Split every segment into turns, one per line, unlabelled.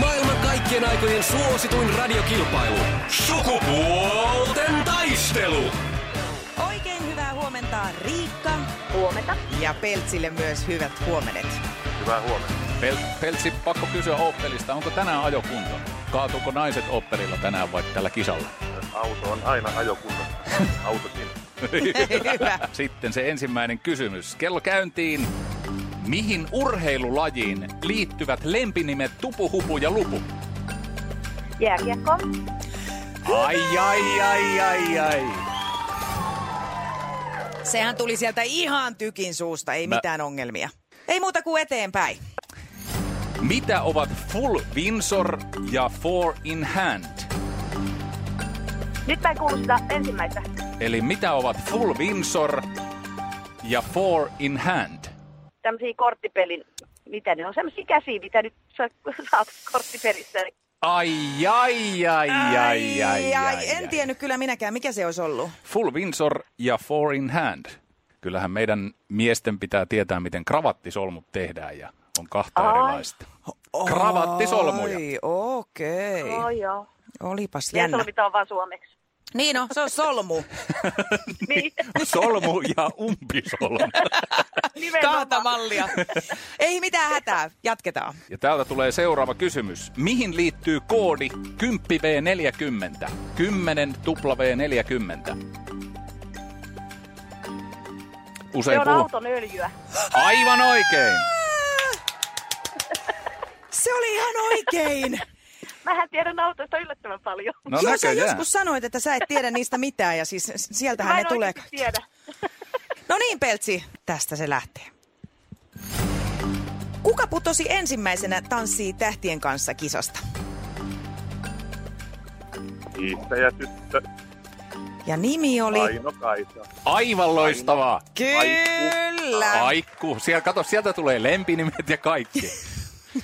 Maailman kaikkien aikojen suosituin radiokilpailu. Sukupuolten taistelu.
Oikein hyvää huomenta Riikka.
Huomenta.
Ja Peltsille myös hyvät huomenet.
Hyvää huomenta.
Pel- Peltsi, pakko kysyä Opelista, onko tänään ajokunto? Kaatuuko naiset Opelilla tänään vai tällä kisalla?
Auto on aina ajokunnossa. Auto siinä.
Hyvä.
Sitten se ensimmäinen kysymys. Kello käyntiin. Mihin urheilulajiin liittyvät lempinimet Tupu, Hupu ja Lupu?
Jääkiekko.
Ai, ai, ai, ai, ai.
Sehän tuli sieltä ihan tykin suusta, ei
Mä-
mitään ongelmia. Ei muuta kuin eteenpäin.
Mitä ovat Full Windsor ja Four in Hand?
Nyt mä en kuulu sitä ensimmäistä.
Eli mitä ovat Full Windsor ja Four in Hand?
Tämmöisiä korttipelin, mitä ne on, semmoisia käsiä, mitä nyt sä saat korttipelissä. Niin-
Ai, ai, ai, ai, ai, ai, ai,
en tiennyt kyllä minäkään, mikä se olisi ollut.
Full Windsor ja Four in Hand. Kyllähän meidän miesten pitää tietää, miten kravattisolmut tehdään ja on kahta
Ai.
erilaista. Kravattisolmuja.
Ai, okei.
Oh, joo.
Olipas
Ja se
Niin. jännä.
on mitä on vaan suomeksi.
Niin no, se on solmu.
Niin,
Solmu ja umpisolmu.
nimenomaan.
Kahta mallia. Ei mitään hätää, jatketaan.
Ja täältä tulee seuraava kysymys. Mihin liittyy koodi 10V40? 10 W40.
Se
Usein
on
puhut...
auton öljyä.
Aivan oikein.
Se oli ihan oikein.
Mähän tiedän autoista yllättävän paljon.
No
Joo, sä
näköjään.
joskus sanoit, että sä et tiedä niistä mitään ja siis s- sieltähän
Mä
ne
en
tulee.
oikeasti tiedä.
No niin, Peltsi, tästä se lähtee. Kuka putosi ensimmäisenä tanssii tähtien kanssa kisasta?
Hiihtäjä tyttö.
Ja nimi oli...
Aino Kaisa.
Aivan loistavaa.
Kyllä!
Aikku. Siellä, kato, sieltä tulee lempinimet ja kaikki.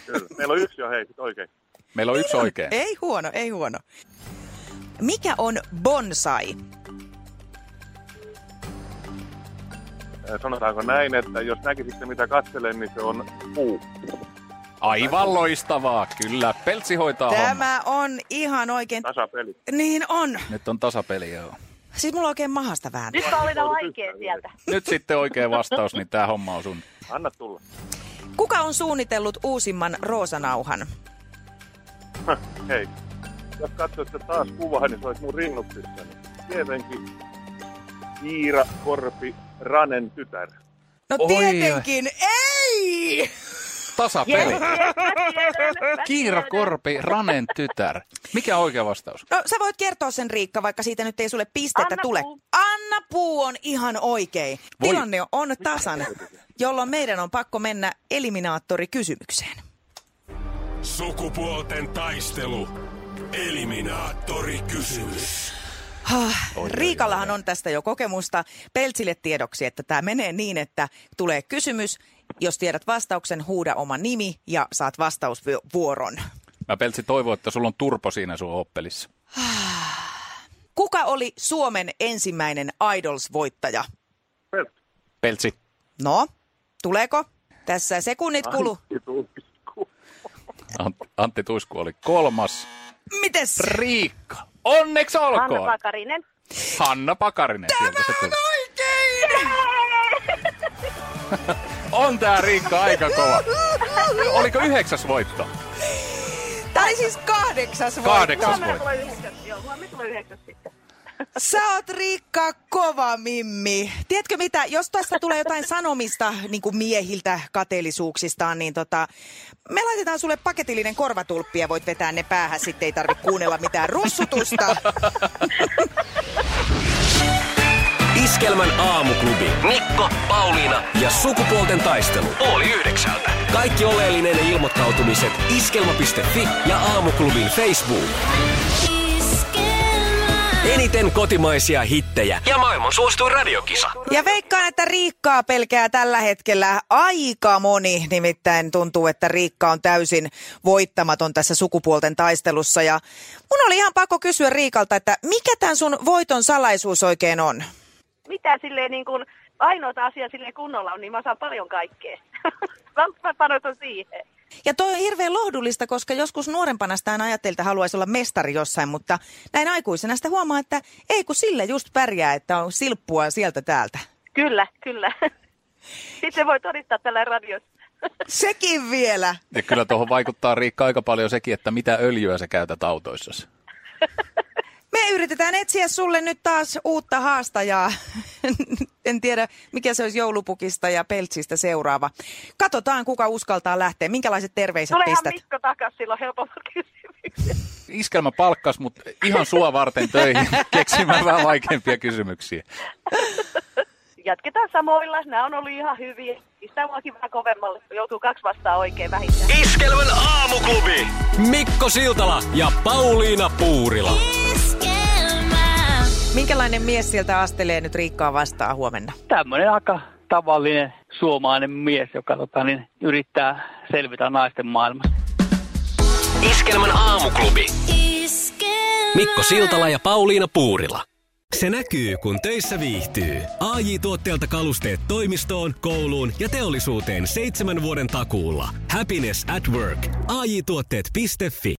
Kyllä. Meillä on yksi jo hei, sit oikein.
Meillä on yksi oikein.
Ei huono, ei huono. Mikä on bonsai?
Äh, Sanotaanko näin, että jos näkisitte mitä katselen, niin se on puu.
Aivan loistavaa. Kyllä. Peltsi hoitaa homma.
Tämä on ihan oikein.
Tasapeli.
Niin on.
Nyt on tasapeli, joo.
Siis mulla oikein mahasta vähän.
Nyt mä olin vaikea sieltä.
Nyt sitten oikea vastaus, niin tämä homma on sun.
Anna tulla.
Kuka on suunnitellut uusimman roosanauhan?
Häh, hei. Jos katsoitte taas kuvaa, niin se olisi mun rinnuksissani. Tietenkin Iira Korpi Ranen tytär.
No
Oi.
tietenkin, ei!
Tasapeli.
Mä tiedän, mä
Kiira
tiedän.
Korpi, Ranen tytär. Mikä on oikea vastaus?
No sä voit kertoa sen Riikka, vaikka siitä nyt ei sulle pistettä
Anna
tule.
puu.
Anna puu on ihan oikein.
Voi.
Tilanne on tasan, jolloin meidän on pakko mennä eliminaattorikysymykseen.
Sukupuolten taistelu. Eliminaattori kysymys.
Riikallahan on tästä jo kokemusta. Peltsille tiedoksi, että tämä menee niin, että tulee kysymys. Jos tiedät vastauksen, huuda oma nimi ja saat vastausvuoron.
Mä Peltsi toivon, että sulla on turpo siinä sun oppelissa.
Kuka oli Suomen ensimmäinen Idols-voittaja?
Pelt.
Peltsi.
No, tuleeko? Tässä sekunnit kulu.
Tuisku.
Ant- Antti Tuisku oli kolmas.
Mites?
Riikka. Onneksi
Hanna
olkoon.
Pakarinen.
Hanna Pakarinen. Sieltä se tuli.
Oikein!
On tää Riikka aika kova. Oliko yhdeksäs voitto?
Tämä oli siis kahdeksas voitto.
Kahdeksas
Huomenna
voitto.
tulee yhdeksäs. Joo, huomenna tulee yhdeksäs sitten.
Sä oot Riikka kova mimmi. Tiedätkö mitä, jos tästä tulee jotain sanomista niin kuin miehiltä kateellisuuksistaan, niin tota, me laitetaan sulle paketillinen korvatulppi ja voit vetää ne päähän, sitten ei tarvitse kuunnella mitään russutusta.
Iskä Iskelmän aamuklubi. Mikko, Pauliina ja sukupuolten taistelu. Oli yhdeksältä. Kaikki oleellinen ilmoittautumiset iskelma.fi ja aamuklubin Facebook. Eniten kotimaisia hittejä ja maailman suosituin radiokisa.
Ja veikkaan, että Riikkaa pelkää tällä hetkellä aika moni. Nimittäin tuntuu, että Riikka on täysin voittamaton tässä sukupuolten taistelussa. Ja mun oli ihan pakko kysyä Riikalta, että mikä tämän sun voiton salaisuus oikein on?
Mitä silleen niin kuin, ainoita asia silleen kunnolla on, niin mä saan paljon kaikkea. mä, mä panostan siihen.
Ja toi on hirveän lohdullista, koska joskus nuorempana sitä aina ajattelin, että haluaisi olla mestari jossain, mutta näin aikuisena sitä huomaa, että ei kun sillä just pärjää, että on silppua sieltä täältä.
Kyllä, kyllä. Sitten voi todistaa tällä radiossa.
Sekin vielä.
Ja kyllä tuohon vaikuttaa Riikka aika paljon sekin, että mitä öljyä sä käytät autoissasi.
Me yritetään etsiä sulle nyt taas uutta haastajaa. en tiedä, mikä se olisi joulupukista ja peltsistä seuraava. Katsotaan, kuka uskaltaa lähteä. Minkälaiset terveiset
Tulehan
pistät?
Mikko takas silloin helpommat kysymykset.
Iskelmä palkkas, mutta ihan sua varten töihin keksimään vähän vaikeampia kysymyksiä.
Jatketaan samoilla. Nämä on ollut ihan hyviä. Pistää muakin vähän kovemmalle. Joutuu kaksi vastaan oikein vähintään.
Iskelmän aamuklubi. Mikko Siltala ja Pauliina Puurila.
Minkälainen mies sieltä astelee nyt Riikkaa vastaan huomenna?
tämmöinen aika tavallinen suomalainen mies, joka tota, niin, yrittää selvitä naisten maailmasta.
Iskelmän aamuklubi. Mikko Siltala ja Pauliina Puurila. Se näkyy, kun töissä viihtyy. ai tuotteelta kalusteet toimistoon, kouluun ja teollisuuteen seitsemän vuoden takuulla. Happiness at work. AJ-tuotteet.fi.